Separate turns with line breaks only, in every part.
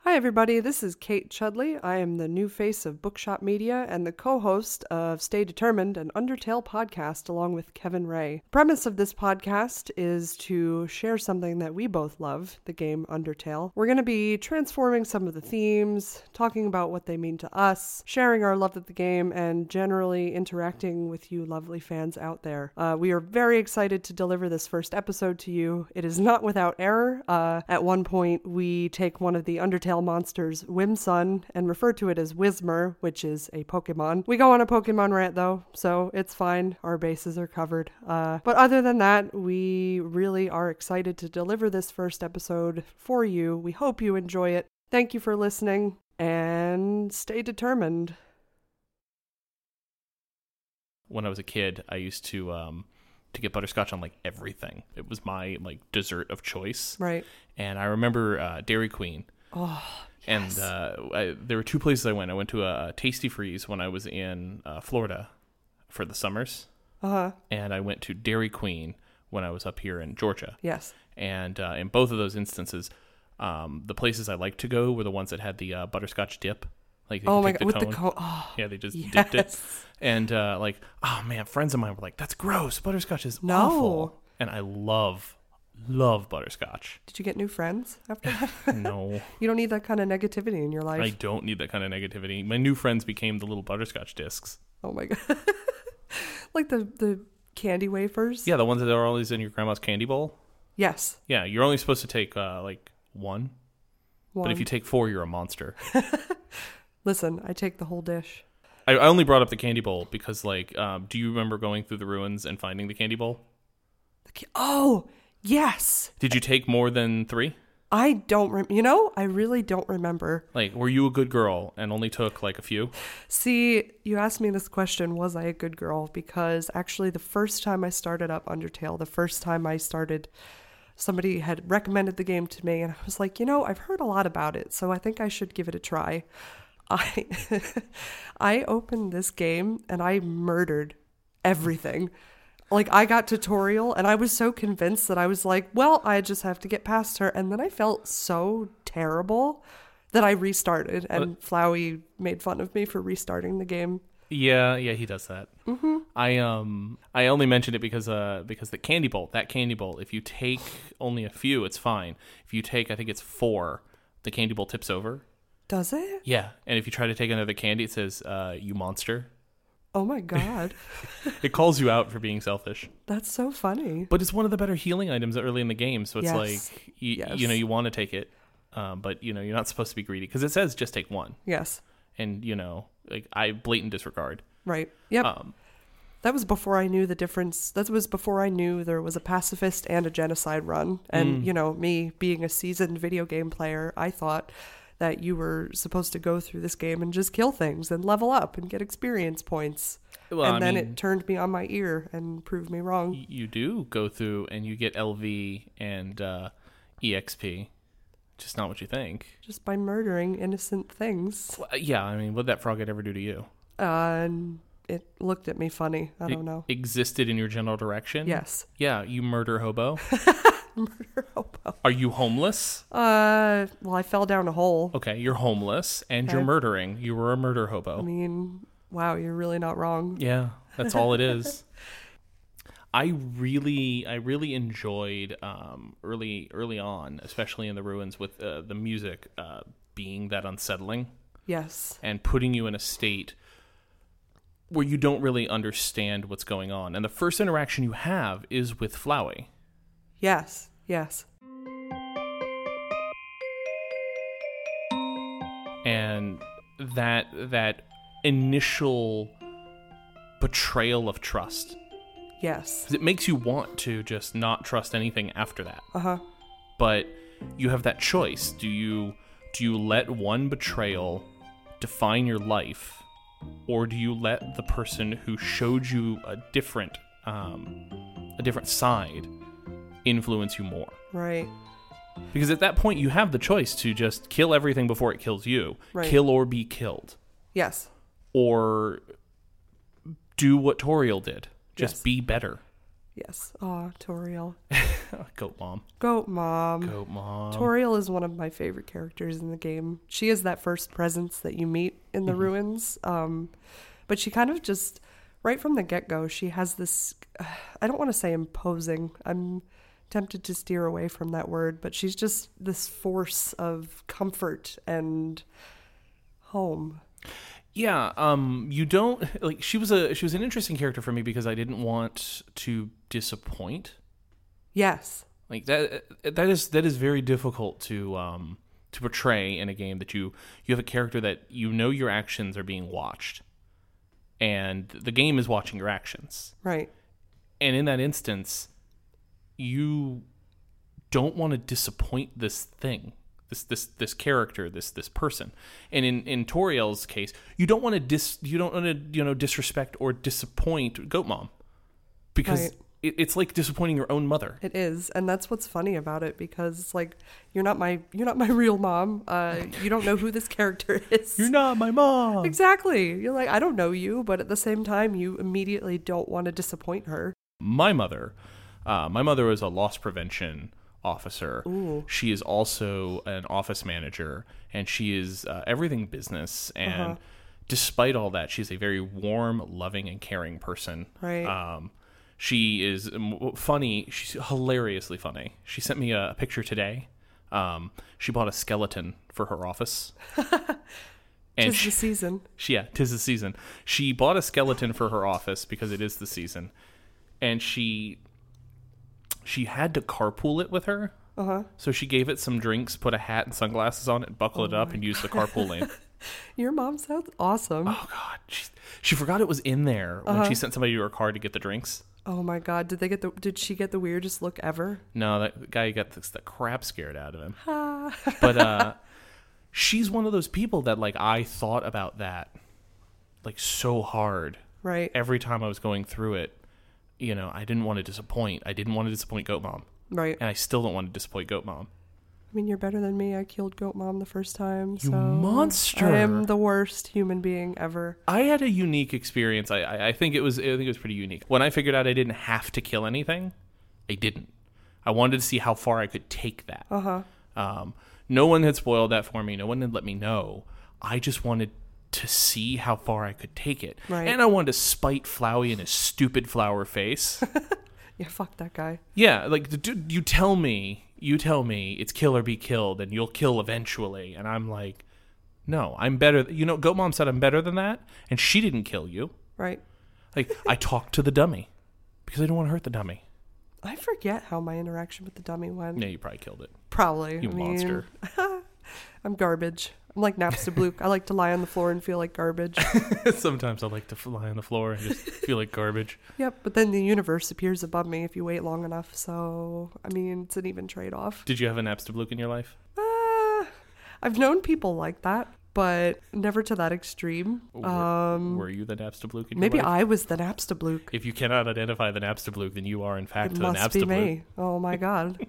Hi, everybody. This is Kate Chudley. I am the new face of Bookshop Media and the co host of Stay Determined, an Undertale podcast, along with Kevin Ray. The premise of this podcast is to share something that we both love the game Undertale. We're going to be transforming some of the themes, talking about what they mean to us, sharing our love of the game, and generally interacting with you lovely fans out there. Uh, we are very excited to deliver this first episode to you. It is not without error. Uh, at one point, we take one of the Undertale monsters, Whimsun, and refer to it as Whismer, which is a Pokemon. We go on a Pokemon rant though, so it's fine. Our bases are covered. Uh, but other than that, we really are excited to deliver this first episode for you. We hope you enjoy it. Thank you for listening and stay determined.
when I was a kid, I used to um to get butterscotch on like everything. It was my like dessert of choice.
Right.
And I remember uh, Dairy Queen. Oh. And uh, I, there were two places I went. I went to a, a Tasty Freeze when I was in uh, Florida for the summers,
Uh huh.
and I went to Dairy Queen when I was up here in Georgia.
Yes.
And uh, in both of those instances, um, the places I liked to go were the ones that had the uh, butterscotch dip. Like they
Oh
could
my
take
god, with the co Oh,
yeah, they just dipped it.
yes.
And uh, like, oh man, friends of mine were like, "That's gross. Butterscotch is
No.
awful." And I love, love butterscotch.
Did you get new friends after that?
No,
you don't need that kind of negativity in your life.
I don't need that kind of negativity. My new friends became the little butterscotch discs.
Oh my god. like the the candy wafers.
Yeah, the ones that are always in your grandma's candy bowl.
Yes.
Yeah, you're only supposed to take uh, like one,
One.
but if you take four, you're a monster.
Listen, I take the whole dish.
I, I only brought up the candy bowl because, like, um, do you remember going through the ruins and finding the candy bowl?
The ca- oh, yes.
Did you take more than three?
I don't rem- you know, I really don't remember.
Like, were you a good girl and only took like a few?
See, you asked me this question, was I a good girl? Because actually the first time I started up Undertale, the first time I started somebody had recommended the game to me and I was like, "You know, I've heard a lot about it, so I think I should give it a try." I I opened this game and I murdered everything. Like I got tutorial and I was so convinced that I was like, well, I just have to get past her and then I felt so terrible that I restarted and Flowey made fun of me for restarting the game.
Yeah, yeah, he does that. Mm-hmm. I um, I only mentioned it because uh, because the candy bowl, that candy bowl. If you take only a few, it's fine. If you take, I think it's four, the candy bowl tips over.
Does it?
Yeah, and if you try to take another candy, it says, uh, "You monster."
Oh my god.
It calls you out for being selfish.
That's so funny.
But it's one of the better healing items early in the game, so it's
Yes.
like you,
Yes.
you know you want to take it, um, but you know you're not supposed to be greedy because it says just take one,
Yes.
and you know like I blatant disregard.
Right. Yep.
Um,
That was before I knew the difference. That was before I knew there was a pacifist and a genocide run. And,
Mm.
you know, me being a seasoned video game player, I thought that you were supposed to go through this game and just kill things and level up and get experience points.
Well,
and
I
then
mean-
it turned me on my ear and proved me wrong.
you do go through and you get LV and uh, EXP, just not what you think.
Just by murdering innocent things.
Well, uh, yeah, I mean, what'd that froghead ever do to you?
Uh, and it looked at me funny. I don't know.
Existed in your general direction?
Yes.
Yeah, you murder hobo.
Murder hobo.
Are you homeless?
Uh, well, I fell down a hole.
Okay, you're homeless and you're murdering. You were a murder hobo.
I mean, wow, you're really not wrong.
Yeah, that's all it is. I really, I really enjoyed um, early, early on, especially in the ruins, with uh, the music uh, being that unsettling.
Yes.
and putting you in a state where you don't really understand what's going on. And the first interaction you have is with Flowey.
Yes. Yes.
And that that initial betrayal of trust.
Yes.
'Cause it makes you want to just not trust anything after that.
Uh huh.
But you have that choice. Do you do you let one betrayal define your life? Or do you let the person who showed you a different um, a different side influence you more?
Right.
Because at that point, you have the choice to just kill everything before it kills you,
Right.
kill or be killed,
Yes.
or do what Toriel did, just
Yes.
be better.
Yes. Aw, Toriel.
Goat mom.
Goat mom.
Goat mom.
Toriel is one of my favorite characters in the game. She is that first presence that you meet in the ruins. Um, but she kind of just, right from the get go, she has this I don't want to say imposing. I'm tempted to steer away from that word, but she's just this force of comfort and home.
Yeah, um you don't like she was a she was an interesting character for me because I didn't want to disappoint.
Yes.
Like that uh, that is that is very difficult to um to portray in a game that you you have a character that you know your actions are being watched and the game is watching your actions.
Right.
And in that instance, you don't want to disappoint this thing, this this this character, this this person. And in in Toriel's case, you don't want to dis you don't want to you know disrespect or disappoint Goat Mom because
Right.
it, it's like disappointing your own mother.
It is, and that's what's funny about it because like you're not my you're not my real mom. Uh, you don't know who this character is.
You're not my mom.
exactly. You're like I don't know you, but at the same time, you immediately don't want to disappoint her.
my mother uh, my mother was a loss prevention officer she is also an office manager and she is uh, everything business and despite all that she's a very warm loving and caring person
Right.
um, she is m- funny she's hilariously funny she sent me a picture today um, she bought a skeleton for her office and
Tis the season.
she, yeah, tis the season. She bought a skeleton for her office because it is the season, and she she had to carpool it with her. Uh huh. So she gave it some drinks, put a hat and sunglasses on it, buckled it up, and used the carpool lane.
Your mom sounds awesome.
oh God, she, she forgot it was in there when she sent somebody to her car to get the drinks.
Oh my god, did they get the did she get the weirdest look ever?
No, that guy got the, the crap scared out of him. but uh, she's one of those people that like I thought about that like so hard
Right.
every time I was going through it, you know, I didn't want to disappoint. I didn't want to disappoint Goat Mom,
Right. I
and I still don't want to disappoint Goat Mom.
mean, you're better than me. I killed Goat Mom the first time. so
You monster!
I am the worst human being ever.
I had a unique experience. I, I I think it was I think it was pretty unique. When I figured out I didn't have to kill anything, I didn't. I wanted to see how far I could take that. Uh
Uh-huh.
huh. Um, no one had spoiled that for me. No one had let me know. I just wanted to see how far I could take it,
Right.
and I wanted to spite Flowey in his stupid flower face.
Yeah, fuck that guy.
Yeah, like the dude, you tell me, you tell me it's kill or be killed, and you'll kill eventually. And I'm like, no, I'm better. th- You know, Goat Mom said I'm better than that, and she didn't kill you.
Right.
Like I talked to the dummy because I didn't want to hurt the dummy.
I forget how my interaction with the dummy went.
Yeah, you probably killed it,
Probably.
you
I mean,
monster.
I'm garbage. I'm like Napster Blook. I like to lie on the floor and feel like garbage.
Sometimes I like to fly on the floor and just feel like garbage.
yep, but then the universe appears above me if you wait long enough. So, I mean, it's an even trade off.
Did you have an Abstabluke in your life?
Ah, I've known people like that, but never to that extreme. Uh,
Were, were you the Abstabluke in
Um, Maybe
your life?
I was the Napster Blook.
If you cannot identify the Napstabluke, then you are in fact
It
the
must be
Napstabluke.
me. Oh my god.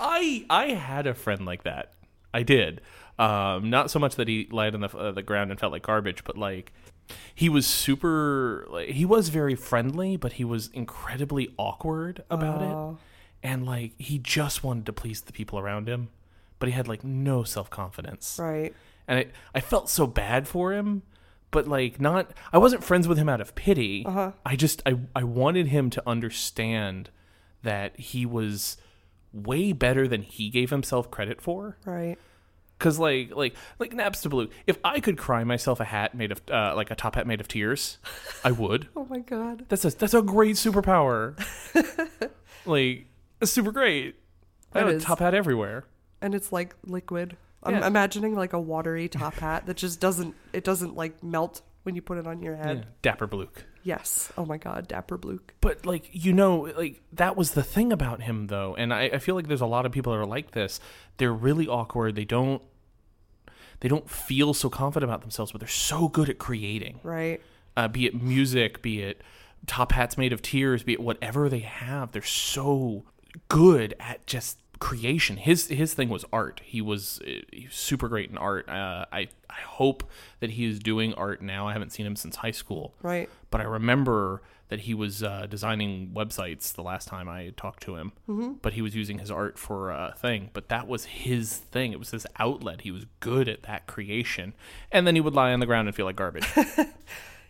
I I had a friend like that. I did. Um, not so much that he lied on the uh, the ground and felt like garbage, but like he was super. Like, he was very friendly, but he was incredibly awkward about
Oh.
it, and like he just wanted to please the people around him, but he had like no self confidence,
Right.
and I I felt so bad for him. But like not, I wasn't friends with him out of pity.
Uh-huh.
I just I I wanted him to understand that he was way better than he gave himself credit for.
Right.
Cause like like like Napster Blue, if I could cry myself a hat made of uh, like a top hat made of tears, I would.
Oh my god.
That's a that's a great superpower. like it's super great.
That
I have a
is.
top hat everywhere.
And it's like liquid. I'm
Yeah.
imagining like a watery top hat that just doesn't it doesn't like melt when you put it on your head.
Yeah. Dapper Bluke.
Yes. Oh my god, Dapper Blook.
But like you know, like that was the thing about him though, and I, I feel like there's a lot of people that are like this. They're really awkward. They don't they don't feel so confident about themselves, but they're so good at creating.
Right.
uh, be it music, be it top hats made of tears, be it whatever they have. They're so good at just creation. His his thing was art. He was, uh, he was super great in art. Uh, I I hope that he is doing art now. I haven't seen him since high school,
Right.
but I remember that he was uh, designing websites the last time I talked to him. But he was using his art for a thing. But that was his thing. It was his outlet. He was good at that creation. And then he would lie on the ground and feel like garbage.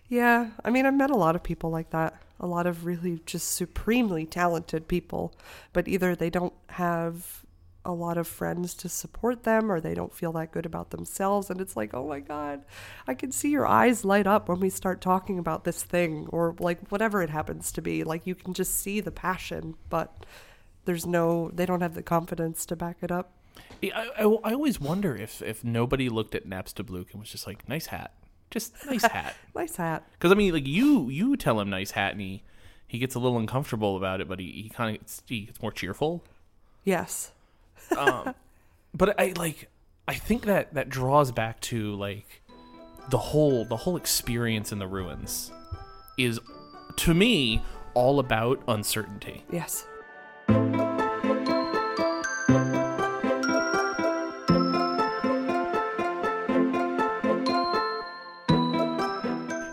Yeah, I mean, I've met a lot of people like that. A lot of really just supremely talented people, but either they don't have a lot of friends to support them or they don't feel that good about themselves. And it's like, oh my God, I can see your eyes light up when we start talking about this thing or like whatever it happens to be. Like you can just see the passion, but there's no, they don't have the confidence to back it up.
I, I, I always wonder if if nobody looked at Napstabluke and was just like, nice hat, just nice hat.
Nice hat.
Because I mean, like you you tell him nice hat and he he gets a little uncomfortable about it, but he, he kind of gets, he gets more cheerful.
Yes.
but I like I think that that draws back to like the whole the whole experience in the ruins is to me all about uncertainty.
Yes.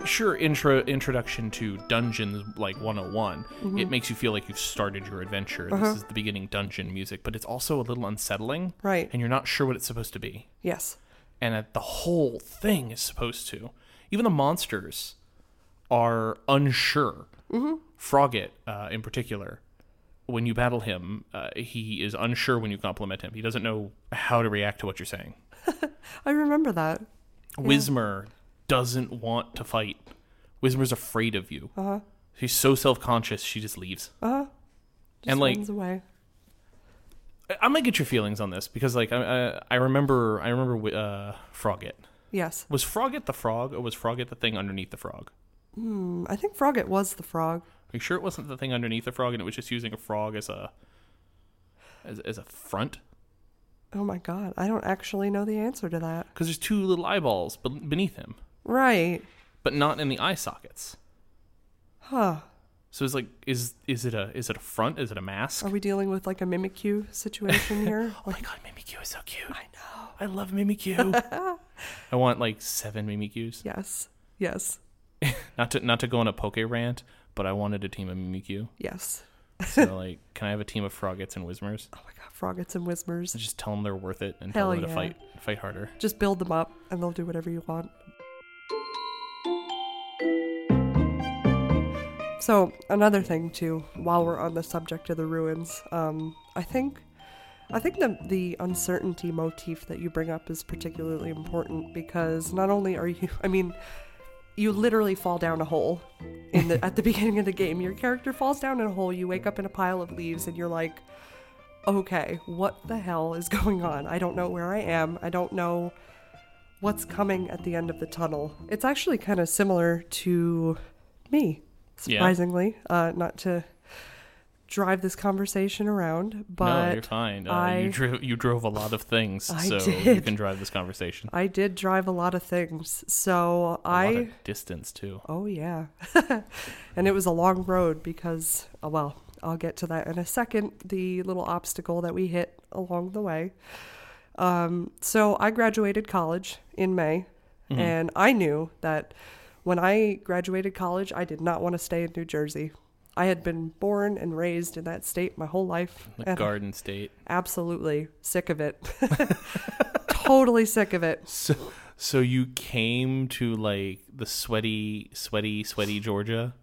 Sure, intro introduction to dungeons like 101. It makes you feel like you've started your adventure. This is the beginning dungeon music, but it's also a little unsettling.
Right.
And you're not sure what it's supposed to be.
Yes.
and that the whole thing is supposed to. Even the monsters are unsure. Mm-hmm. Froggit, uh, in particular, when you battle him, uh, he is unsure when you compliment him. He doesn't know how to react to what you're saying.
I remember that.
Wismer doesn't want to fight. Wismer's afraid of you. Uh-huh. She's so self conscious, she just leaves.
Just
And, like,
runs away.
I- I'm gonna get your feelings on this because, like, I, I, I remember, I remember wi- uh, Froggit.
Yes.
Was Froggit the frog, or was Froggit the thing underneath the frog?
I think Froggit was the frog.
Are you sure it wasn't the thing underneath the frog and it was just using a frog as a as, as a front?
Oh my god, I don't actually know the answer to that.
Because there's two little eyeballs be- beneath him,
Right.
but not in the eye sockets.
Huh.
So it's like, is is it a is it a front? Is it a mask?
Are we dealing with like a Mimikyu situation here?
Oh my god, Mimikyu is so cute. I know. I love Mimikyu. I want like seven Mimikyus.
yes. Yes.
Not to not to go on a poke rant, but I wanted a team of Mimikyu.
Yes.
So like, can I have a team of Froggets and Wismers?
Oh my god, Froggits and Whismers.
Just tell them they're worth it and
Hell
tell them to
yeah.
fight fight harder.
Just build them up and they'll do whatever you want. So, another thing too, while we're on the subject of the ruins, um, I think I think the the uncertainty motif that you bring up is particularly important because not only are you I mean you literally fall down a hole in the at the beginning of the game. Your character falls down in a hole, you wake up in a pile of leaves and you're like, okay, what the hell is going on? I don't know where I am. I don't know what's coming at the end of the tunnel. It's actually kind of similar to me,
Yeah.
surprisingly. Uh, not to drive this conversation around, but
no, you're fine. Uh,
I-
you drove you drove a lot of things,
I
so you
did.
can drive this conversation.
I did drive a lot of things. So
A
I.
lot of distance too.
Oh, yeah. and it was a long road because, oh, well, I'll get to that in a second. The little obstacle that we hit along the way. Um, so I graduated college in May,
Mm-hmm.
and I knew that when I graduated college, I did not want to stay in New Jersey. I had been born and raised in that state my whole life.
The
and
Garden State.
absolutely sick of it. totally sick of it.
So, so you came to like the sweaty, sweaty, sweaty Georgia.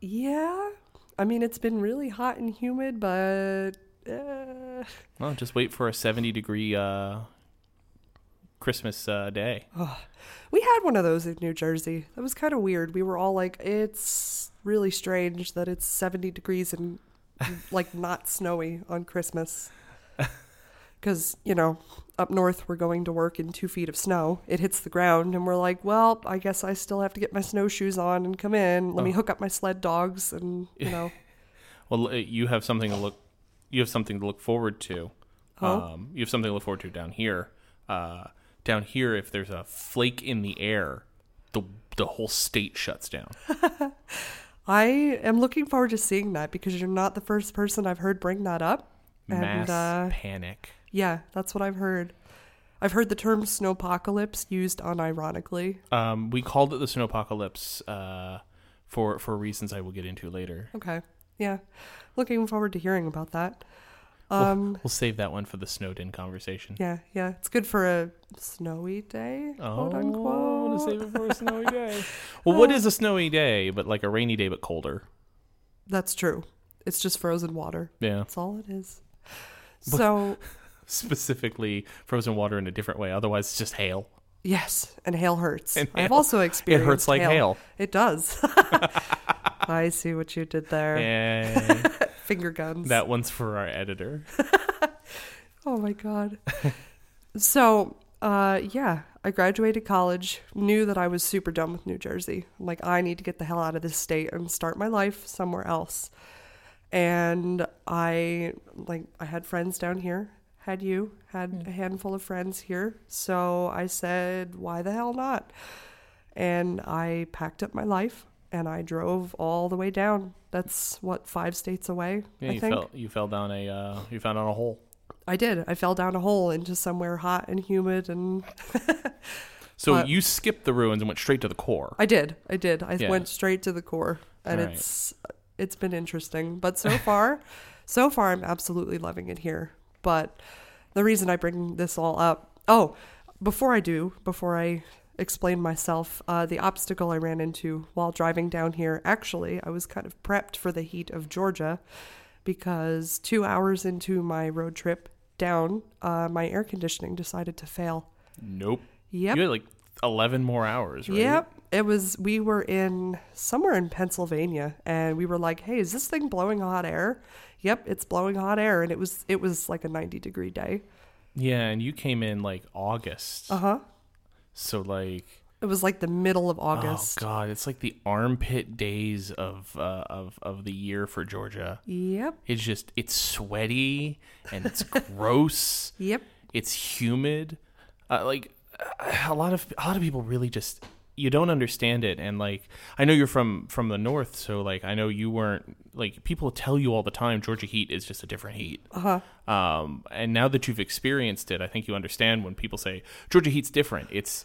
Yeah. I mean, it's been really hot and humid, but uh,
Well, just wait for a seventy degree uh, Christmas uh, day.
we had one of those in New Jersey. That was kind of weird. We were all like, it's really strange that it's 70 degrees and like not snowy on Christmas. Because, you know, up north we're going to work in two feet of snow. It hits the ground, and we're like, well, I guess I still have to get my snowshoes on and come in. Let me hook up my sled dogs and, you know.
Well, uh, you have something to look. You have something to look forward to.
Oh.
Um, you have something to look forward to down here. Uh, down here, if there's a flake in the air, the the whole state shuts down.
I am looking forward to seeing that because you're not the first person I've heard bring that up. And,
Mass
uh,
panic.
Yeah, that's what I've heard. I've heard the term snowpocalypse used unironically.
Um, we called it the snowpocalypse uh, for for reasons I will get into later.
Okay. Yeah. Looking forward to hearing about that.
We'll-
Um
we'll, save that one for the Snowden conversation.
yeah, yeah. It's good for a snowy day, quote
Oh, to
unquote. Oh.
save it for a snowy day. well, what is a snowy day but like a rainy day but colder?
That's true. It's just frozen water.
Yeah,
That's all it is. So,
specifically frozen water in a different way. Otherwise, it's just hail.
yes, and hail hurts.
And
I've
hail-
also
It
experienced
hurts like hail.
It does. I see what you did there.
And
Finger guns.
that one's for our editor.
Oh my god. so, uh, yeah, I graduated college, knew that I was super done with New Jersey. Like, I need to get the hell out of this state and start my life somewhere else. And I, like, I had friends down here, had you, had a handful of friends here. So I said, why the hell not? And I packed up my life and I drove all the way down. That's what, five states away?
Yeah,
I
you
think.
fell. You fell down a. Uh, you found on a hole.
I did. I fell down a hole into somewhere hot and humid, and
So
But-
you skipped the ruins and went straight to the core.
I did. I did. I
Yeah.
went straight to the core, and
Alright.
it's it's been interesting. But so far, so far, I'm absolutely loving it here. But the reason I bring this all up, oh, before I do, before I explain myself, uh, the obstacle I ran into while driving down here, actually, I was kind of prepped for the heat of Georgia because two hours into my road trip down, uh, my air conditioning decided to fail.
Nope.
Yep.
You had like eleven more hours, right?
Yep. It was, we were in somewhere in Pennsylvania and we were like, hey, is this thing blowing hot air? Yep, it's blowing hot air. And it was, it was like a 90 degree day.
Yeah, and you came in like August.
Uh huh.
So like,
It was like the middle of
oh
August.
god, it's like the armpit days of uh, of of the year for Georgia.
Yep.
It's just it's sweaty and it's gross.
Yep.
It's humid. Uh, like a lot of a lot of people really just you don't understand it and like I know you're from from the north so like I know you weren't like people tell you all the time Georgia heat is just a different heat.
Uh-huh.
Um and now that you've experienced it I think you understand when people say Georgia heat's different. It's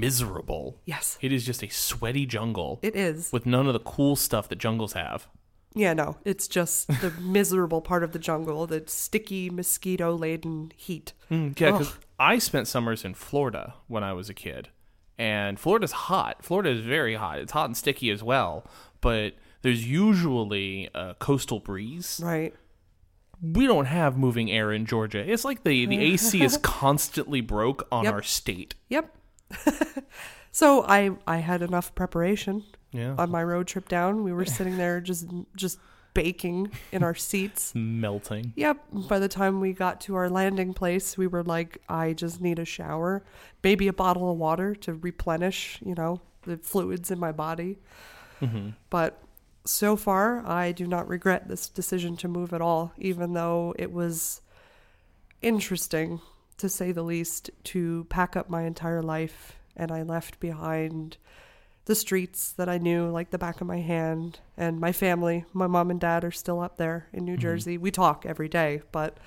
miserable.
Yes.
It is just a sweaty jungle
It is.
with none of the cool stuff that jungles have.
Yeah, no, it's just the miserable part of the jungle, the sticky, mosquito laden heat.
Mm, yeah, because I spent summers in Florida when I was a kid, and Florida's hot. Florida is very hot. It's hot and sticky as well, but there's usually a coastal breeze.
Right.
We don't have moving air in Georgia. It's like the, the AC is constantly broke on
Yep.
our state.
Yep. so I, I had enough preparation
Yeah.
on my road trip down. We were sitting there just, just baking in our seats.
Melting.
Yep. By the time we got to our landing place, we were like, I just need a shower, maybe a bottle of water to replenish, you know, the fluids in my body. But so far, I do not regret this decision to move at all, even though it was interesting, to say the least, to pack up my entire life. And I left behind the streets that I knew like the back of my hand and my family. My mom and dad are still up there in New Jersey. We talk every day, but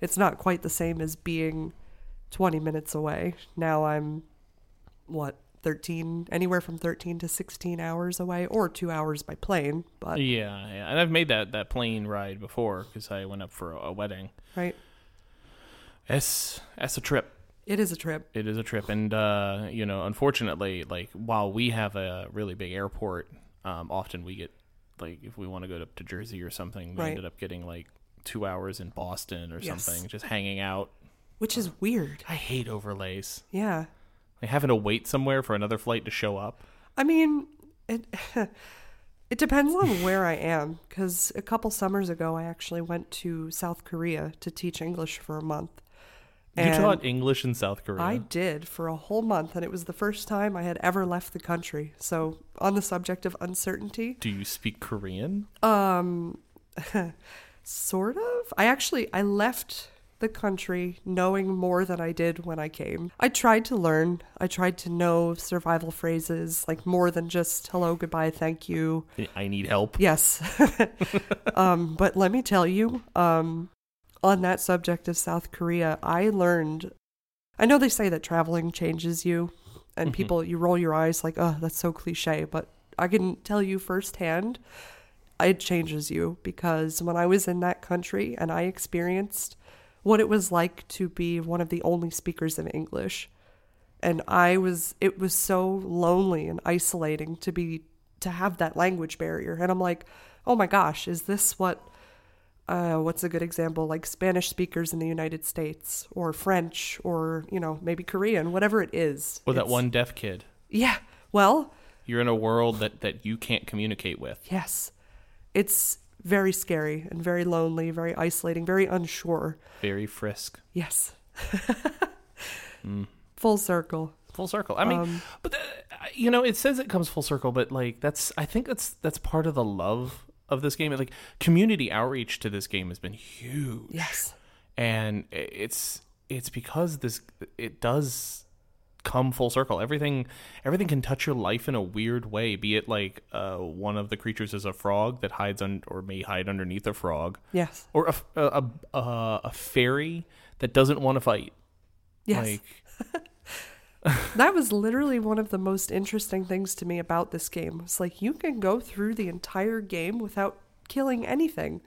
it's not quite the same as being 20 minutes away. Now I'm what 13 anywhere from 13 to 16 hours away or 2 hours by plane, but
Yeah, yeah. And I've made that, that plane ride before because I went up for a, a wedding.
right.
It's, it's a trip.
It is a trip.
It is a trip, and uh, you know, unfortunately, like while we have a really big airport, um, often we get like if we want to go up to Jersey or something, we
Right.
ended up getting like two hours in Boston or
Yes.
something, just hanging out.
Which is weird.
I hate overlays.
Yeah.
Like having to wait somewhere for another flight to show up.
I mean, it it depends on where I am cuz a couple summers ago I actually went to South Korea to teach English for a month.
you
And
taught English in South Korea.
I did for a whole month and it was the first time I had ever left the country. So, on the subject of uncertainty,
Do you speak Korean?
um sort of. I actually I left the country knowing more than I did when I came. I tried to learn. I tried to know survival phrases like more than just hello, goodbye, thank you.
I need help.
Yes. um, but let me tell you, um, on that subject of South Korea, I learned. I know they say that traveling changes you, and
Mhm.
people, you roll your eyes like, oh, that's so cliche, but I can tell you firsthand, it changes you because when I was in that country and I experienced what it was like to be one of the only speakers of English, and I was, it was so lonely and isolating to be, to have that language barrier. And I'm like, oh my gosh, is this what uh, what's a good example? Like Spanish speakers in the United States, or French, or you know maybe Korean, whatever it is.
Or that
It's-
one deaf kid.
Yeah. Well,
You're in a world that, that you can't communicate with.
yes, it's very scary and very lonely, very isolating, very unsure.
Very frisk.
Yes. Full circle.
Full circle. I mean, but th- you know, it says it comes full circle, but like that's I think that's that's part of the love of this game. Like community outreach to this game has been huge.
Yes.
and i- it's it's because this it does come full circle everything everything can touch your life in a weird way be it like uh, one of the creatures is a frog that hides on or may hide underneath a frog
Yes.
or a f- a, a, a, a fairy that doesn't want to fight
Yes.
like
That was literally one of the most interesting things to me about this game. It's like you can go through the entire game without killing anything.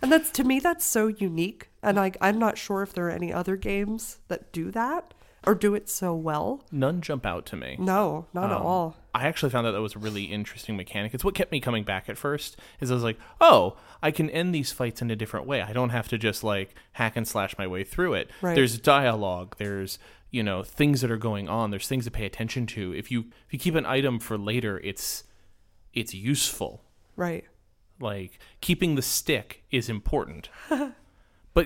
And that's to me that's so unique. And like I'm not sure if there are any other games that do that or do it so well.
none jump out to me
No, not at all.
I actually found out that was a really interesting mechanic. It's what kept me coming back at first. Is I was like, oh, I can end these fights in a different way. I don't have to just like hack and slash my way through it.
Right.
There's dialogue. There's you know things that are going on. There's things to pay attention to. If you if you keep an item for later, it's it's useful.
Right.
Like keeping the stick is important. but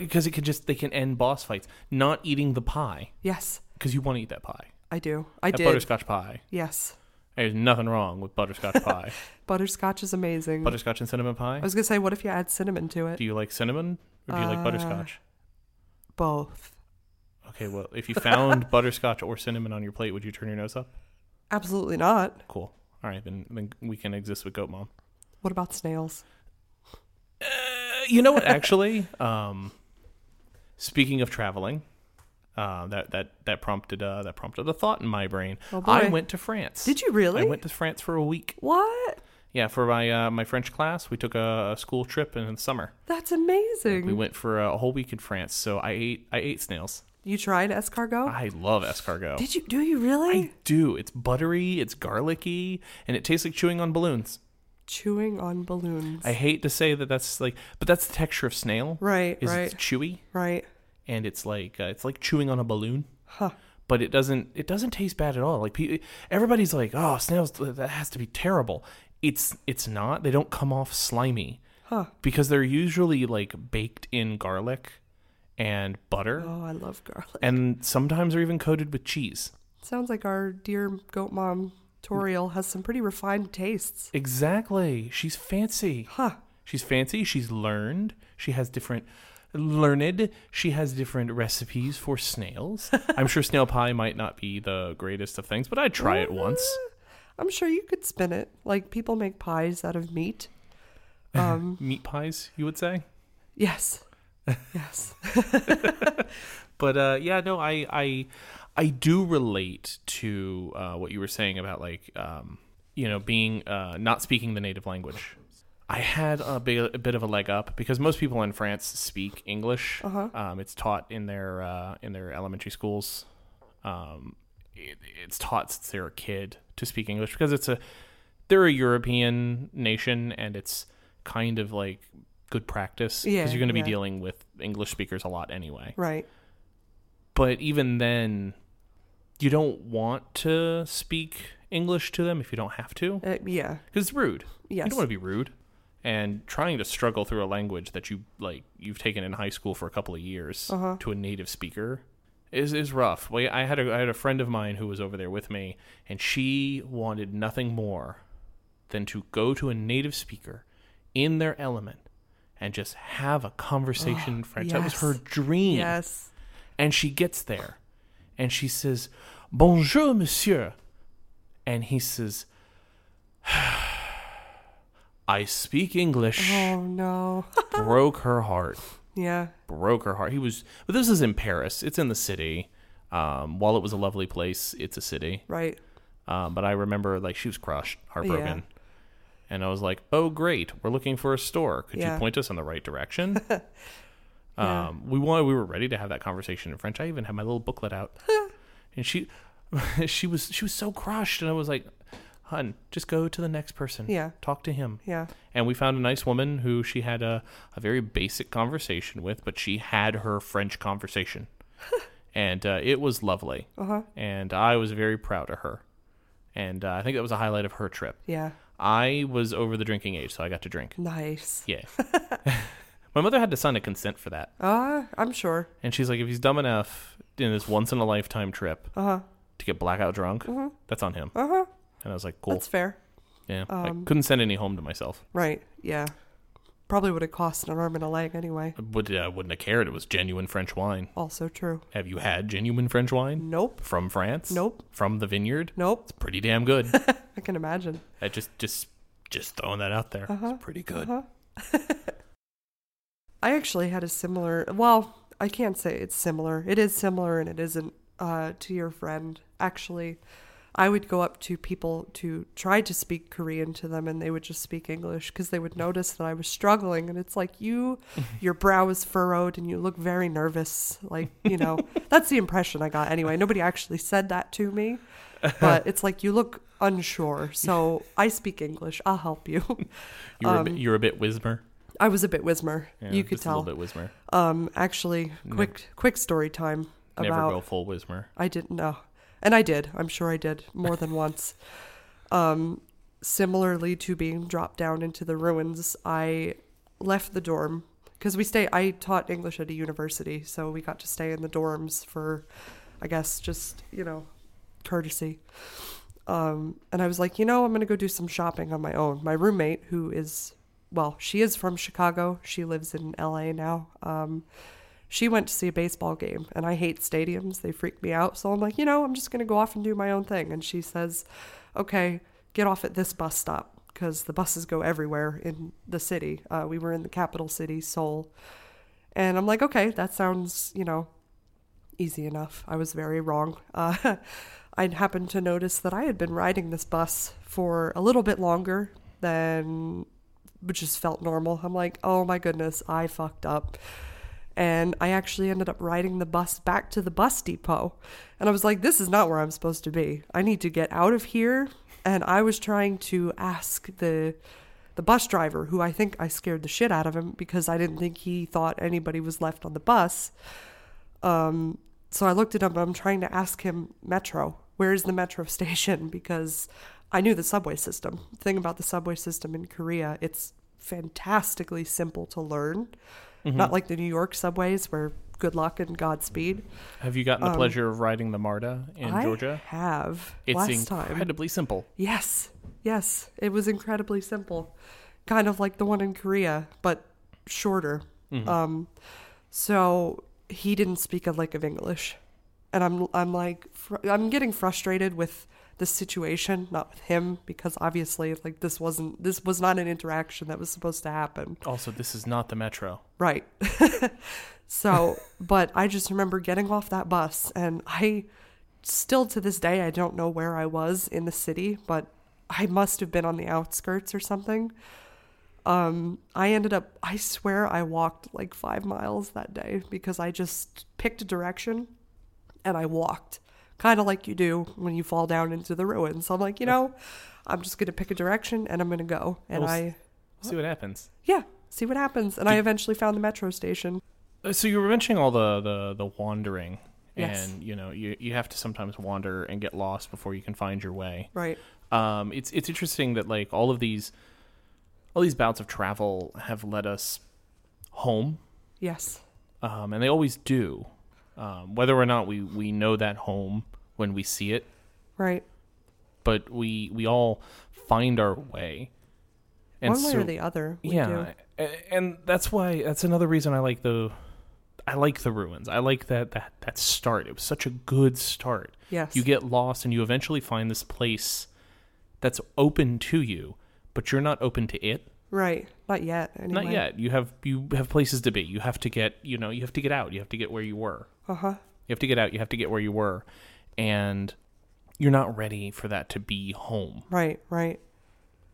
because it can just they can end boss fights. Not eating the pie
Yes,
because you want to eat that pie.
I do. I
That
did.
butterscotch pie.
yes.
There's nothing wrong with butterscotch pie.
Butterscotch is amazing.
butterscotch and cinnamon pie.
I was going to say what if you add cinnamon to it?
Do you like cinnamon or do you like
Uh,
butterscotch?
Both.
Okay, well, if you found butterscotch or cinnamon on your plate, would you turn your nose up?
Absolutely not.
Cool. All right, then, then we can exist with goat mom.
What about snails?
Uh, you know what? Actually, um, speaking of traveling, uh, that that that prompted uh, that prompted a thought in my brain.
Oh, boy.
I went to France.
Did you really?
I went to France for a week.
what?
Yeah, for my uh, my French class, we took a, a school trip in the summer.
That's amazing.
We went for a whole week in France. So I ate I ate snails.
You tried escargot?
I love escargot.
Did you? Do you really?
I do. It's buttery, it's garlicky, and it tastes like chewing on balloons.
Chewing on balloons.
I hate to say that that's like, but that's the texture of snail.
right,
Is
right,
it's chewy
right.
and it's like uh, it's like chewing on a balloon,
Huh.
but it doesn't it doesn't taste bad at all. Like pe- everybody's like, oh, snails that has to be terrible. It's it's not. They don't come off slimy
Huh.
because they're usually like baked in garlic and butter,
Oh, I love garlic.
and sometimes they're even coated with cheese.
Sounds like our dear goat mom Toriel has some pretty refined tastes.
Exactly. She's fancy.
Huh.
She's fancy. She's learned. She has different learned. She has different recipes for snails. I'm sure snail pie might not be the greatest of things, but I'd try it once.
I'm sure you could spin it. Like people make pies out of meat. Um.
Meat pies, you would say.
yes. Yes.
But uh, yeah, no, I I I do relate to uh, what you were saying about like um, you know being uh, not speaking the native language. I had a, big, a bit of a leg up because most people in France speak English.
Uh-huh.
Um, it's taught in their uh, in their elementary schools. Um, it, it's taught since they're a kid to speak English because it's a they're a European nation and it's kind of like good practice because
Yeah,
you're going to be
yeah.
dealing with English speakers a lot anyway
Right.
but even then you don't want to speak english to them if you don't have to
Uh, yeah.
because it's rude
Yes.
you don't want to be rude and trying to struggle through a language that you like you've taken in high school for a couple of years
Uh-huh.
to a native speaker is is rough well, i had a i had a friend of mine who was over there with me and she wanted nothing more than to go to a native speaker in their element and just have a conversation in French. That was
yes.
her dream.
Yes.
And she gets there and she says, Bonjour, monsieur. And he says, I speak English.
Oh no.
Broke her heart.
Yeah.
broke her heart. He was, but this is in Paris. It's in the city. Um, while it was a lovely place, it's a city.
Right.
Um, but I remember like she was crushed, heartbroken,
Yeah.
and I was like, "Oh, great! We're looking for a store. Could
Yeah.
you point us in the right direction?" um, we wanted, we were ready to have that conversation in French. I even had my little booklet out, and she, she was she was so crushed, and I was like, "Hun, just go to the next person.
Yeah.
talk to him."
Yeah.
And we found a nice woman who she had a, a very basic conversation with, but she had her French conversation. and uh, it was lovely. Uh-huh. And I was very proud of her. And uh, I think that was a highlight of her trip.
Yeah.
I was over the drinking age, so I got to drink.
Nice.
Yeah. My mother had to sign a consent for that.
Ah, I'm sure.
And she's like, if he's dumb enough in this once in a lifetime trip to get blackout drunk, that's on him. Uh huh. And I was like, cool.
That's fair.
yeah. I couldn't send any home to myself.
Right. Yeah. Probably would have cost an arm and a leg anyway.
Would I wouldn't have cared. It was genuine French wine.
Also true.
Have you had genuine French wine
Nope.
from France?
Nope.
From the vineyard?
Nope.
Pretty damn good.
I can imagine.
I just just just throwing that out there.
Uh-huh.
It's pretty good.
I actually had a similar, well, I can't say it's similar. It is similar and it isn't uh, to your friend. Actually, I would go up to people to try to speak Korean to them and they would just speak English because they would notice that I was struggling. And it's like, you, your brow is furrowed and you look very nervous. Like, you know, that's the impression I got anyway. Nobody actually said that to me, but it's like, you look unsure. So I speak English. I'll help you.
You were a bit, you were a bit Wismer.
I was a bit Wismer.
Yeah,
Um, you could
just
tell
a little bit Wismer.
um actually quick quick story time
Never
about
go full Wismer.
I didn't know. And I did. I'm sure I did more than once. Um, similarly to being dropped down into the ruins, I left the dorm because we stay. I taught English at a university, so we got to stay in the dorms for, I guess, just you know, courtesy. Um, and I was like, you know, I'm gonna go do some shopping on my own. My roommate, who is, well, she is from Chicago. She lives in L.A. now. Um, she went to see a baseball game and I hate stadiums. They freak me out. So I'm like, you know, I'm just going to go off and do my own thing. And she says, okay, get off at this bus stop because the buses go everywhere in the city. Uh, we were in the capital city, Seoul. And I'm like, okay, that sounds, you know, easy enough. I was very wrong. Uh, I happened to notice that I had been riding this bus for a little bit longer than which just felt normal. I'm like, oh my goodness, I fucked up. And I actually ended up riding the bus back to the bus depot. And I was like, this is not where I'm supposed to be. I need to get out of here. And I was trying to ask the the bus driver, who I think I scared the shit out of him because I didn't think he thought anybody was left on the bus. Um, so I looked it up. I'm trying to ask him Metro. Where is the Metro station? Because I knew the subway system. The thing about the subway system in Korea, it's fantastically simple to learn.
Mm-hmm.
Not like the New York subways where good luck and Godspeed.
Have you gotten the pleasure of riding the MARTA in
um, I
Georgia?
have
It's
last time.
incredibly simple.
Yes, yes, it was incredibly simple, kind of like the one in Korea, but shorter. Um, so he didn't speak a lick of English, and I'm I'm like fr- I'm getting frustrated with the situation, not with him, because obviously like this wasn't this was not an interaction that was supposed to happen.
Also, this is not the metro.
Right. so, but I just remember getting off that bus, and I still to this day, I don't know where I was in the city, but I must have been on the outskirts or something. Um, I ended up, I swear, I walked like five miles that day because I just picked a direction and I walked, kind of like you do when you fall down into the ruins. So I'm like, you know, I'm just going to pick a direction and I'm going to go. And
Well, s-
I,
See what happens.
yeah, see what happens. And I eventually found the metro station.
Uh, So you were mentioning all the the, the wandering,
Yes.
and you know you you have to sometimes wander and get lost before you can find your way.
Right.
um, it's it's interesting that like all of these all these bouts of travel have led us home,
Yes.
um, and they always do, um, whether or not we we know that home when we see it,
Right.
but we we all find our way. And
One way
so-
or the other. We
yeah, a- and that's why that's another reason I like the I like the ruins. I like that that that start. It was such a good start.
Yes.
You get lost and you eventually find this place that's open to you, but you're not open to it.
Right. Not yet. Anyway.
Not yet. You have you have places to be. You have to get you know you have to get out. You have to get where you were.
Uh huh.
You have to get out. You have to get where you were, and you're not ready for that to be home.
Right. Right.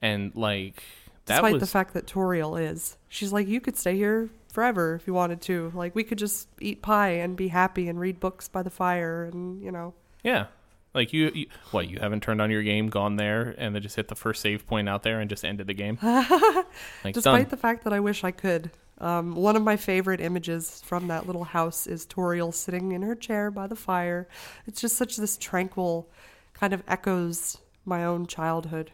And like that
Despite
was
the fact that Toriel is, she's like, you could stay here forever if you wanted to. Like we could just eat pie and be happy and read books by the fire and you know.
yeah. Like you, you, what you haven't turned on your game, gone there, and then just hit the first save point out there and just ended the game. like
Despite
done.
the fact that I wish I could. Um, one of my favorite images from that little house is Toriel sitting in her chair by the fire. It's just such this tranquil kind of echoes my own childhood.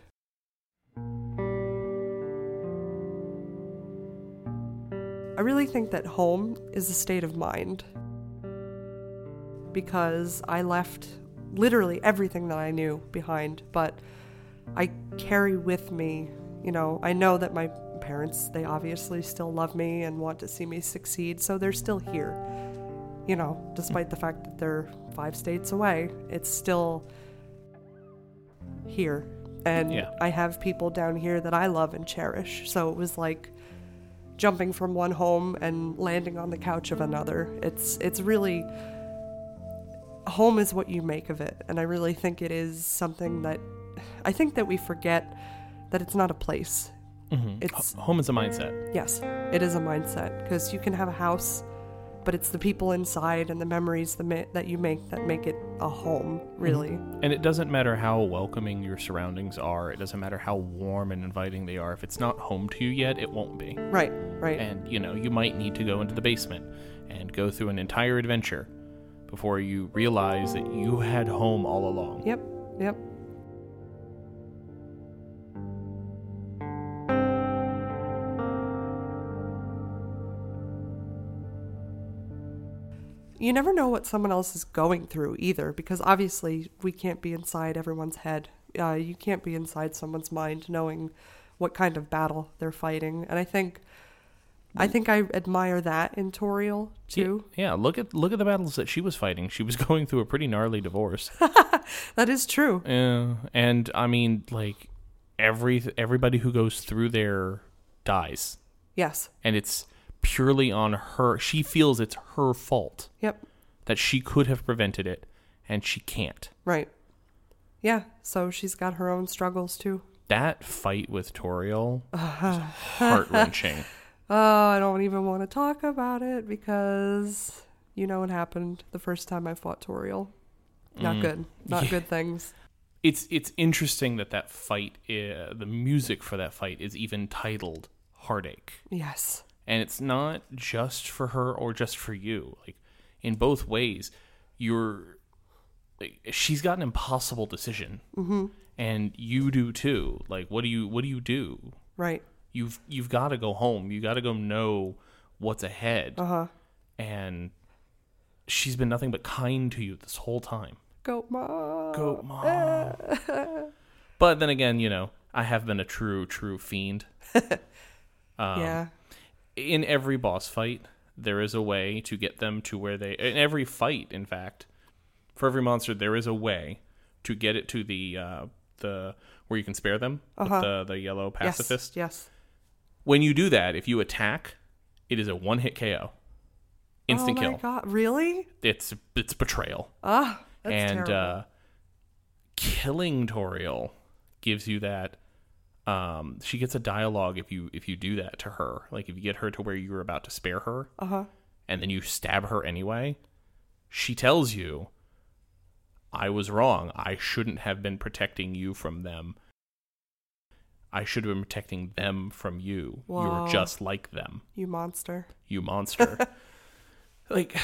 I really think that home is a state of mind because I left literally everything that I knew behind, but I carry with me, you know, I know that my parents, they obviously still love me and want to see me succeed, so they're still here. You know, despite the fact that they're five states away, it's still here. And
Yeah.
I have people down here that I love and cherish. So it was like jumping from one home and landing on the couch of another. It's it's really home is what you make of it and i really think it is something that i think that we forget that it's not a place it's
home is a mindset.
yes it is a mindset because you can have a house but it's the people inside and the memories the ma- that you make that make it a home really
And it doesn't matter how welcoming your surroundings are, it doesn't matter how warm and inviting they are. If it's not home to you yet, it won't be.
right right
And, you know, you might need to go into the basement and go through an entire adventure before you realize that you had home all along.
Yep, yep. You never know what someone else is going through either, because obviously we can't be inside everyone's head. Uh, you can't be inside someone's mind knowing what kind of battle they're fighting. And I think, I think I admire that in Toriel too.
Yeah, look at look at the battles that she was fighting. She was going through a pretty gnarly divorce.
That is true.
Yeah, Eh, and I mean, like every everybody who goes through there dies,
Yes.
and it's purely on her. She feels it's her fault
Yep.
that she could have prevented it, and she can't.
Right. Yeah, so she's got her own struggles too.
That fight with Toriel was heart wrenching.
Oh, I don't even want to talk about it because you know what happened the first time I fought Toriel. Not
Mm.
good. Not good things.
it's it's interesting that that fight, uh, the music for that fight, is even titled "Heartache."
Yes.
and it's not just for her or just for you like in both ways you're like, she's got an impossible decision mm-hmm. and you do too like what do you what do you do
Right.
you've you've got to go home you got to go know what's ahead
Uh-huh.
and she's been nothing but kind to you this whole time
Go mom.
go mom but then again you know i have been a true true fiend
yeah.
in every boss fight, there is a way to get them to where they. In every fight, in fact, for every monster, there is a way to get it to the uh, the where you can spare them with the the yellow pacifist.
Uh-huh. Yes.
When you do that, if you attack, it is a one hit KO,
yes. Oh
instant
my
kill.
god. Really?
It's it's betrayal
Ah, that's
and
terrible.
uh killing Toriel gives you that um she gets a dialogue if you if you do that to her like if you get her to where you were about to spare her
Uh-huh.
and then you stab her anyway she tells you i was wrong i shouldn't have been protecting you from them i should have been protecting them from you
Wow.
you're just like them
you monster.
you monster. like,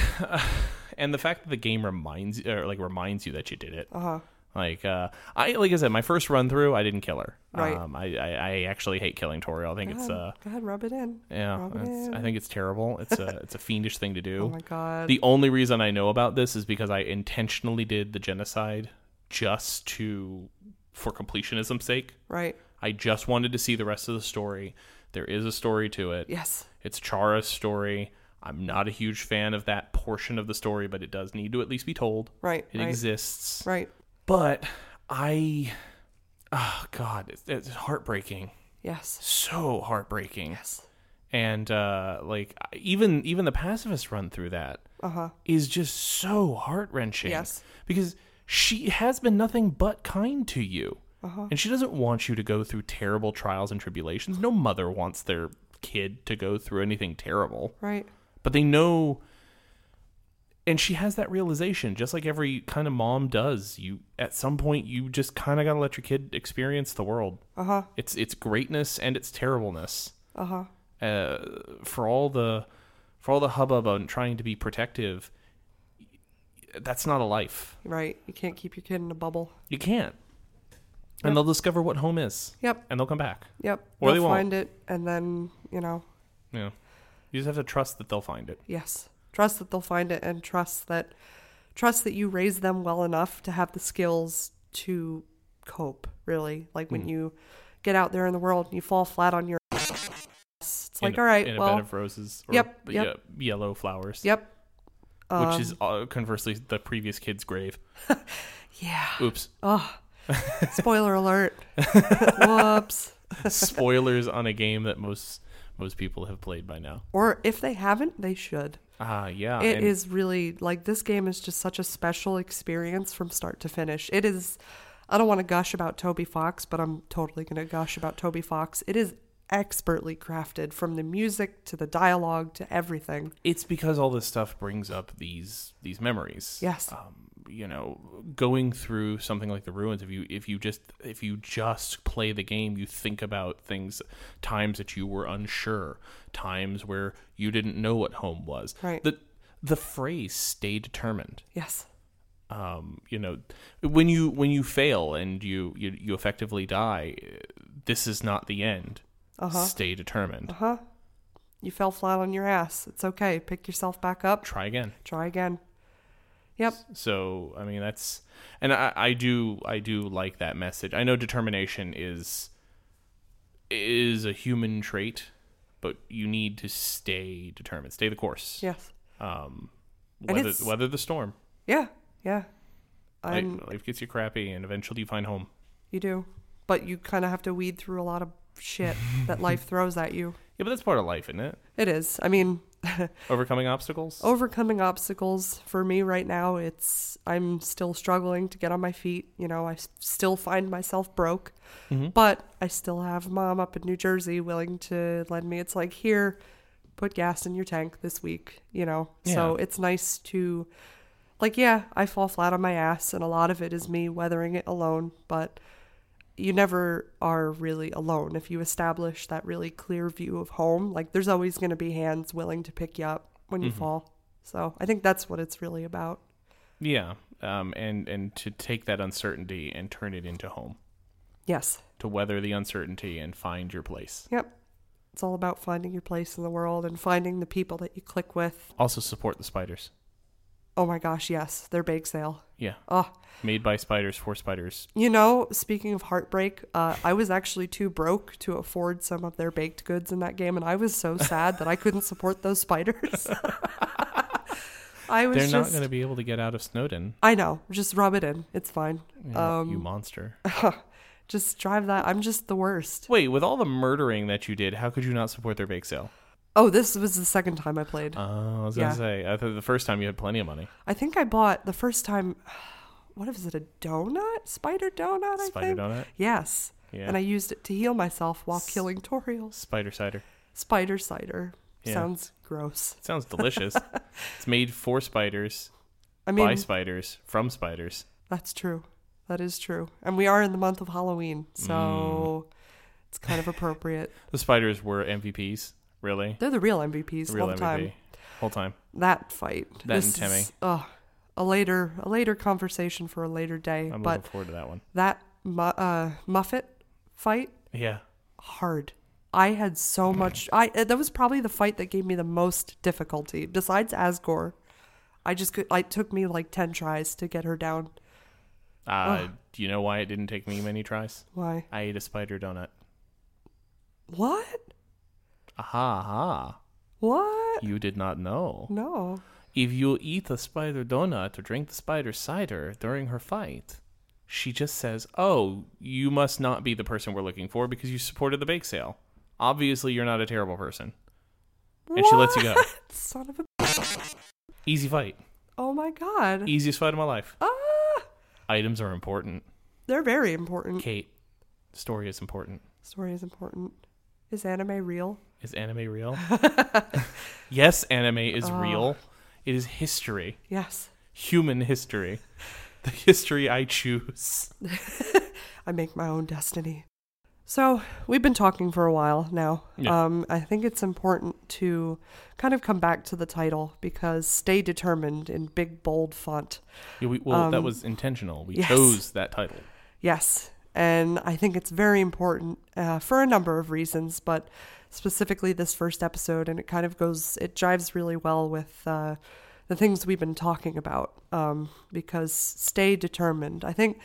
and the fact that the game reminds or like reminds you that you did it.
Uh-huh.
Like, uh, I like I said, my first run through, I didn't kill her.
Right. Oh,
Um, I, I I actually hate killing Toriel. I think it's
God,
uh
go ahead, rub it in.
yeah,
Rub it
it's,
in.
I think it's terrible. It's a it's a fiendish thing to
Oh
do.
my god.
the only reason I know about this is because I intentionally did the genocide just to for completionism's sake.
right.
I just wanted to see the rest of the story. There is a story to it.
Yes.
It's Chara's story. I'm not a huge fan of that portion of the story, but it does need to at least be told.
Right.
It
right.
exists.
Right.
ah, But I. Oh, God. It's, it's heartbreaking.
Yes.
so heartbreaking. And uh, like even even the pacifist run through that
Uh huh.
is just so heart wrenching.
Yes.
Because she has been nothing but kind to you. And she doesn't want you to go through terrible trials and tribulations. No mother wants their kid to go through anything terrible.
Right.
But they know. And she has that realization, just like every kind of mom does. You at some point you just kind of gotta let your kid experience the world.
Uh huh.
It's it's greatness and its terribleness
Uh huh.
uh, for all the for all the hubbub on trying to be protective that's not a life
Right. You can't keep your kid in a bubble.
you can't and they'll discover what home is
Yep.
and they'll come back
Yep.
Or they
They'll
won't.
find it, and then you know,
yeah you just have to trust that they'll find it
yes, trust that they'll find it, and trust that trust that you raise them well enough to have the skills to cope. Really, like
Hmm.
when you get out there in the world and you fall flat on your ass, it's like,
in a,
all right,
in a
well,
bed of roses or
yep,
ye-
yep.
yellow flowers
yep,
which is
Um,
uh, conversely the previous kid's grave
yeah.
oops
Oh, spoiler alert. Whoops.
spoilers on a game that most most people have played by now
Or if they haven't, they should.
ah yeah
It
and-
is really like this game is just such a special experience from start to finish. It is I don't want to gush about Toby Fox, but I'm totally going to gush about Toby Fox. It is expertly crafted from the music to the dialogue to everything.
it's because all this stuff brings up these these memories.
Yes.
Um, you know, going through something like the ruins. If you if you just if you just play the game, you think about things, times that you were unsure, times where you didn't know what home was.
Right.
The the phrase "stay determined."
Yes.
um, you know when you when you fail and you you, you effectively die this is not the end
Uh-huh.
stay determined
You fell flat on your ass. It's okay. Pick yourself back up.
try again
Try again. Yep.
So I mean that's and I, I do I do like that message. I know determination is is a human trait, but you need to stay determined, stay the course.
Yes.
Um
And
weather
it's-
weather the storm.
Yeah. Yeah.
Life,
I'm
life gets you crappy and eventually you find home.
You do. But you kind of have to weed through a lot of shit that life throws at you.
Yeah, but that's part of life, isn't it?
It is. I mean,
Overcoming obstacles.
Oh, overcoming obstacles for me right now, it's, I'm still struggling to get on my feet. You know, I s- still find myself broke, but I still have mom up in New Jersey willing to lend me. It's like, here, put gas in your tank this week, you know? So
Yeah.
it's nice to, like, yeah, I fall flat on my ass, and a lot of it is me weathering it alone, but you never are really alone if you establish that really clear view of home like there's always going to be hands willing to pick you up when you fall so i think that's what it's really about
Yeah. Um and and to take that uncertainty and turn it into home.
yes
To weather the uncertainty and find your place.
yep it's all about finding your place in the world and finding the people that you click with
Also support the spiders.
oh my gosh yes their bake sale
Yeah.
oh
Made by spiders for spiders.
you know speaking of heartbreak uh, i was actually too broke to afford some of their baked goods in that game and i was so sad that i couldn't support those spiders i was
They're not
just
going to be able to get out of Snowden.
I know. Just rub it in. It's fine.
You,
Um,
you monster.
Just drive that. I'm just the worst.
Wait, with all the murdering that you did, how could you not support their bake sale?
Oh, this was the second time I played.
Oh, I was
Yeah.
going to say, I thought the first time you had plenty of money.
I think I bought the first time. What is it? A donut? Spider donut? I
Spider
think?
donut?
Yes.
Yeah.
And I used it to heal myself while killing Toriels.
Spider cider.
Spider cider.
Yeah.
Sounds gross.
It sounds delicious. it's made for spiders,
I mean,
by spiders, from spiders.
that's true. That is true. And we are in the month of Halloween, so
Mm.
it's kind of appropriate.
The spiders were MVPs, really?
They're the real MVPs
Real
all the
MVP.
time.
Whole time.
that fight.
That and
This
Timmy.
Is, oh, a later a later conversation for a later day.
I'm
but
looking forward to that one.
that mu- uh, Muffet fight
Yeah.
hard. I had so much. I uh, that was probably the fight that gave me the most difficulty. Besides Asgore, I just could. Like, took me like ten tries to get her down.
Uh, Do you know why it didn't take me many tries?
Why?
I ate a spider donut.
What?
Aha, aha.
What?
You did not know.
No.
If you eat the spider donut or drink the spider cider during her fight, she just says, "Oh, you must not be the person we're looking for because you supported the bake sale. Obviously, you're not a terrible person." And she lets you go.
What? Son of a.
Easy fight.
Oh my god.
Easiest fight of my life.
Ah,
Items are important.
they're very important.
Kate, story is important.
Story is important. Is anime real?
Is anime real? yes, anime is
Ah.
real. It is history,
Yes.
human history. The history I choose.
I make my own destiny. So, we've been talking for a while now.
Yeah.
Um, I think it's important to kind of come back to the title because stay determined in big, bold font.
Yeah, we, well, that
Um,
was intentional. We
yes.
chose that title.
Yes. And I think it's very important uh, for a number of reasons, but specifically this first episode. And it kind of goes, it jives really well with uh, the things we've been talking about um, because stay determined. I think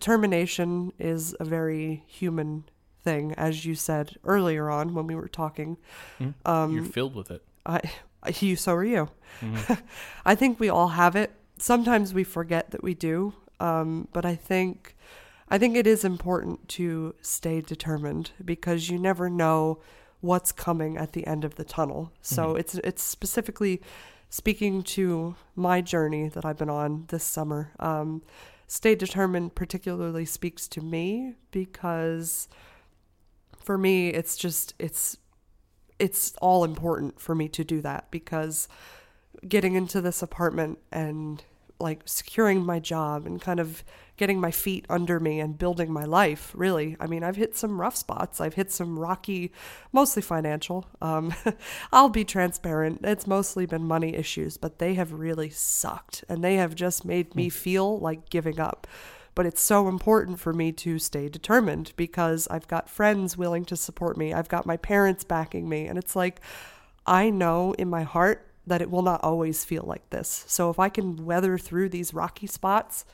determination is a very human thing, as you said earlier on when we were talking.
You're
Um,
filled with it.
I, you, so are you. I think we all have it. Sometimes we forget that we do, um, but I think, I think it is important to stay determined because you never know what's coming at the end of the tunnel. So it's it's specifically speaking to my journey that I've been on this summer. Um, stay determined particularly speaks to me because for me it's just it's it's all important for me to do that because getting into this apartment and like securing my job and kind of getting my feet under me and building my life really i mean i've hit some rough spots i've hit some rocky mostly financial um, i'll be transparent it's mostly been money issues but they have really sucked and they have just made me feel like giving up but it's so important for me to stay determined because I've got friends willing to support me. I've got my parents backing me. And it's like, I know in my heart that it will not always feel like this. So if I can weather through these rocky spots,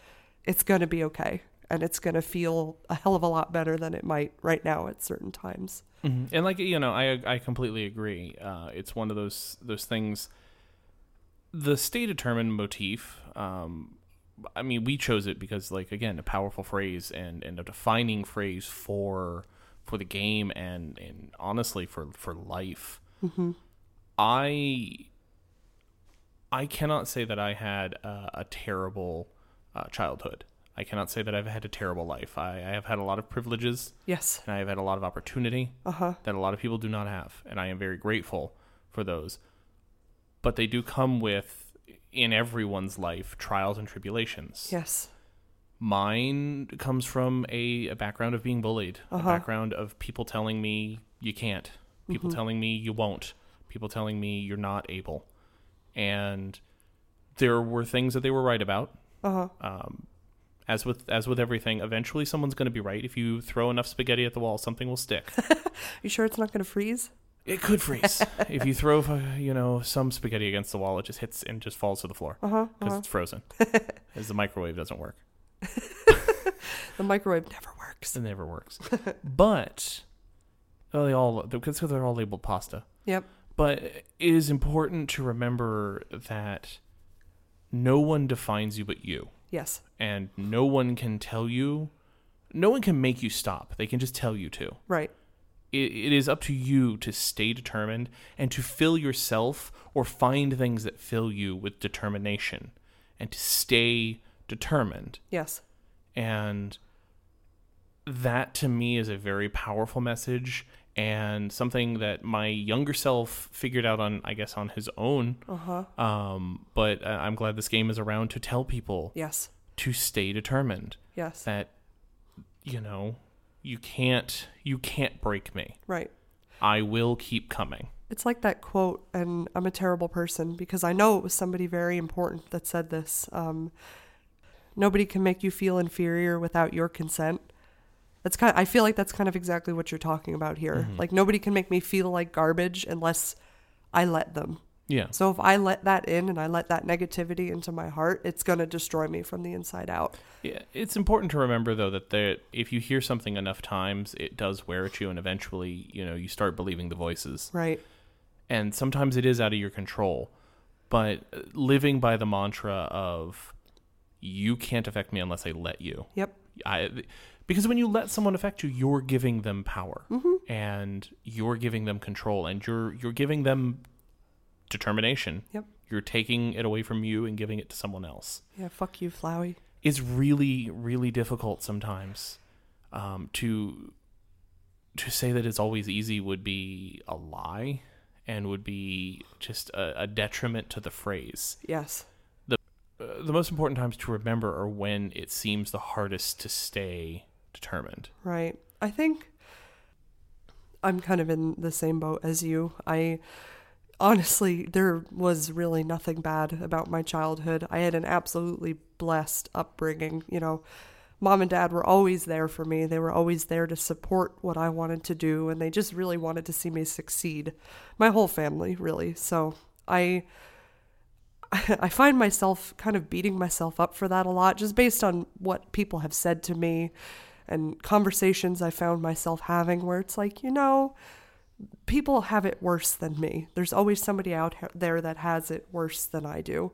it's going to be okay. And it's going to feel a hell of a lot better than it might right now at certain times.
Mm-hmm. And like you know, I I completely agree. Uh, it's one of those those things. The stay determined motif. Um, I mean, we chose it because, like, again, a powerful phrase and and a defining phrase for for the game and and honestly for for life. I I cannot say that I had a, a terrible uh, childhood. I cannot say that I've had a terrible life. I, I have had a lot of privileges
Yes.
and I have had a lot of opportunity
Uh-huh.
that a lot of people do not have, and I am very grateful for those. But they do come with, in everyone's life, trials and tribulations.
Yes.
Mine comes from a, a background of being bullied,
Uh-huh.
a background of people telling me you can't,
Mm-hmm.
people telling me you won't, people telling me you're not able. And there were things that they were right about. Um,
Uh-huh.
As with as with everything, eventually someone's going to be right. If you throw enough spaghetti at the wall, something will stick.
You sure it's not going to freeze?
It could freeze if you throw, uh, you know, some spaghetti against the wall. It just hits and just falls to the floor because
Uh-huh.
it's frozen. As the microwave doesn't work,
The microwave never works.
it never works. but well, they all because they're all labeled pasta.
Yep.
But it is important to remember that no one defines you but you,
Yes.
and no one can tell you. No one can make you stop. They can just tell you to.
Right.
it, it is up to you to stay determined and to fill yourself or find things that fill you with determination and to stay determined
Yes.
and that to me is a very powerful message and something that my younger self figured out on i guess on his own
Uh-huh.
um, but uh, i'm glad this game is around to tell people
Yes.
to stay determined
Yes.
that you know you can't you can't break me
Right.
I will keep coming.
It's like that quote, and I'm a terrible person because I know it was somebody very important that said this. Um, Nobody can make you feel inferior without your consent. That's kind. I feel like that's kind of exactly what you're talking about here. Like nobody can make me feel like garbage unless I let them.
Yeah.
So if I let that in and I let that negativity into my heart, it's gonna destroy me from the inside out.
yeah. It's important to remember though that there, if you hear something enough times, it does wear at you, and eventually, you know, you start believing the voices.
Right.
And sometimes it is out of your control, but uh, living by the mantra of "you can't affect me unless I let you,"
Yep.
I, because when you let someone affect you, you're giving them power and you're giving them control and you're you're giving them determination.
Yep.
You're taking it away from you and giving it to someone else.
Yeah, fuck you, Flowey.
It's really really difficult sometimes um, to to say that it's always easy would be a lie and would be just a, a detriment to the phrase
Yes.
uh, the most important times to remember are when it seems the hardest to stay determined.
Right. I think I'm kind of in the same boat as you. I honestly, there was really nothing bad about my childhood. I had an absolutely blessed upbringing. You know, mom and dad were always there for me, they were always there to support what I wanted to do, and they just really wanted to see me succeed. My whole family, really. So I. I find myself kind of beating myself up for that a lot, just based on what people have said to me and conversations I found myself having where it's like, you know, people have it worse than me. There's always somebody out he- there that has it worse than I do.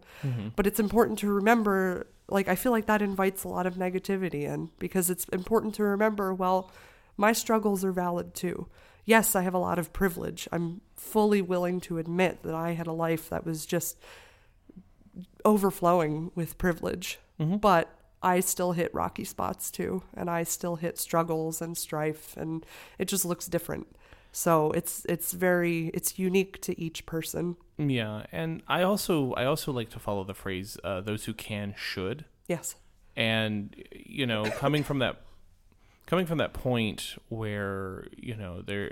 But it's important to remember, like, I feel like that invites a lot of negativity in because it's important to remember, well, my struggles are valid too. Yes, I have a lot of privilege. I'm fully willing to admit that I had a life that was just overflowing with privilege, but I still hit rocky spots too, and I still hit struggles and strife, and it just looks different. So it's it's very it's unique to each person.
Yeah, and I also I also like to follow the phrase uh, "those who can should,"
Yes.
and you know, coming from that coming from that point where you know there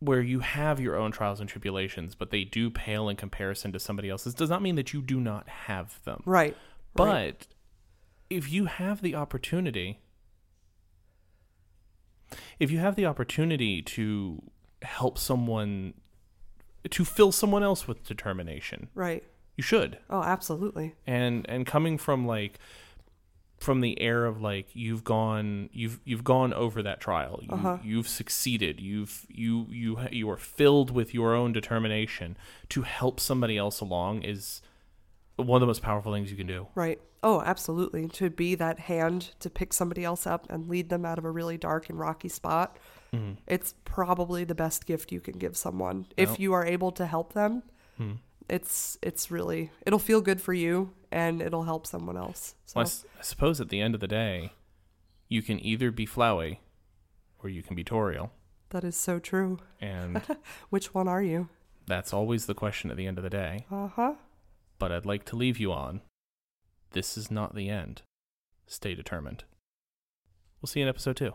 where you have your own trials and tribulations, but they do pale in comparison to somebody else's, does not mean that you do not have them.
Right.
But if you have the opportunity, if you have the opportunity to help someone, to fill someone else with determination,
Right.
you should.
Oh, absolutely.
And and coming from like from the air of like you've gone you've you've gone over that trial you, you've succeeded you've you you you are filled with your own determination to help somebody else along is one of the most powerful things you can do
Right. Oh, absolutely. To be that hand to pick somebody else up and lead them out of a really dark and rocky spot, it's probably the best gift you can give someone if you are able to help them. It's it's really it'll feel good for you and it'll help someone else. So,
Well, I s- I suppose at the end of the day, you can either be flowy or you can be toriel.
that is so true.
And
Which one are you?
that's always the question at the end of the day.
Uh huh.
But I'd like to leave you on this is not the end. Stay determined. We'll see you in episode two.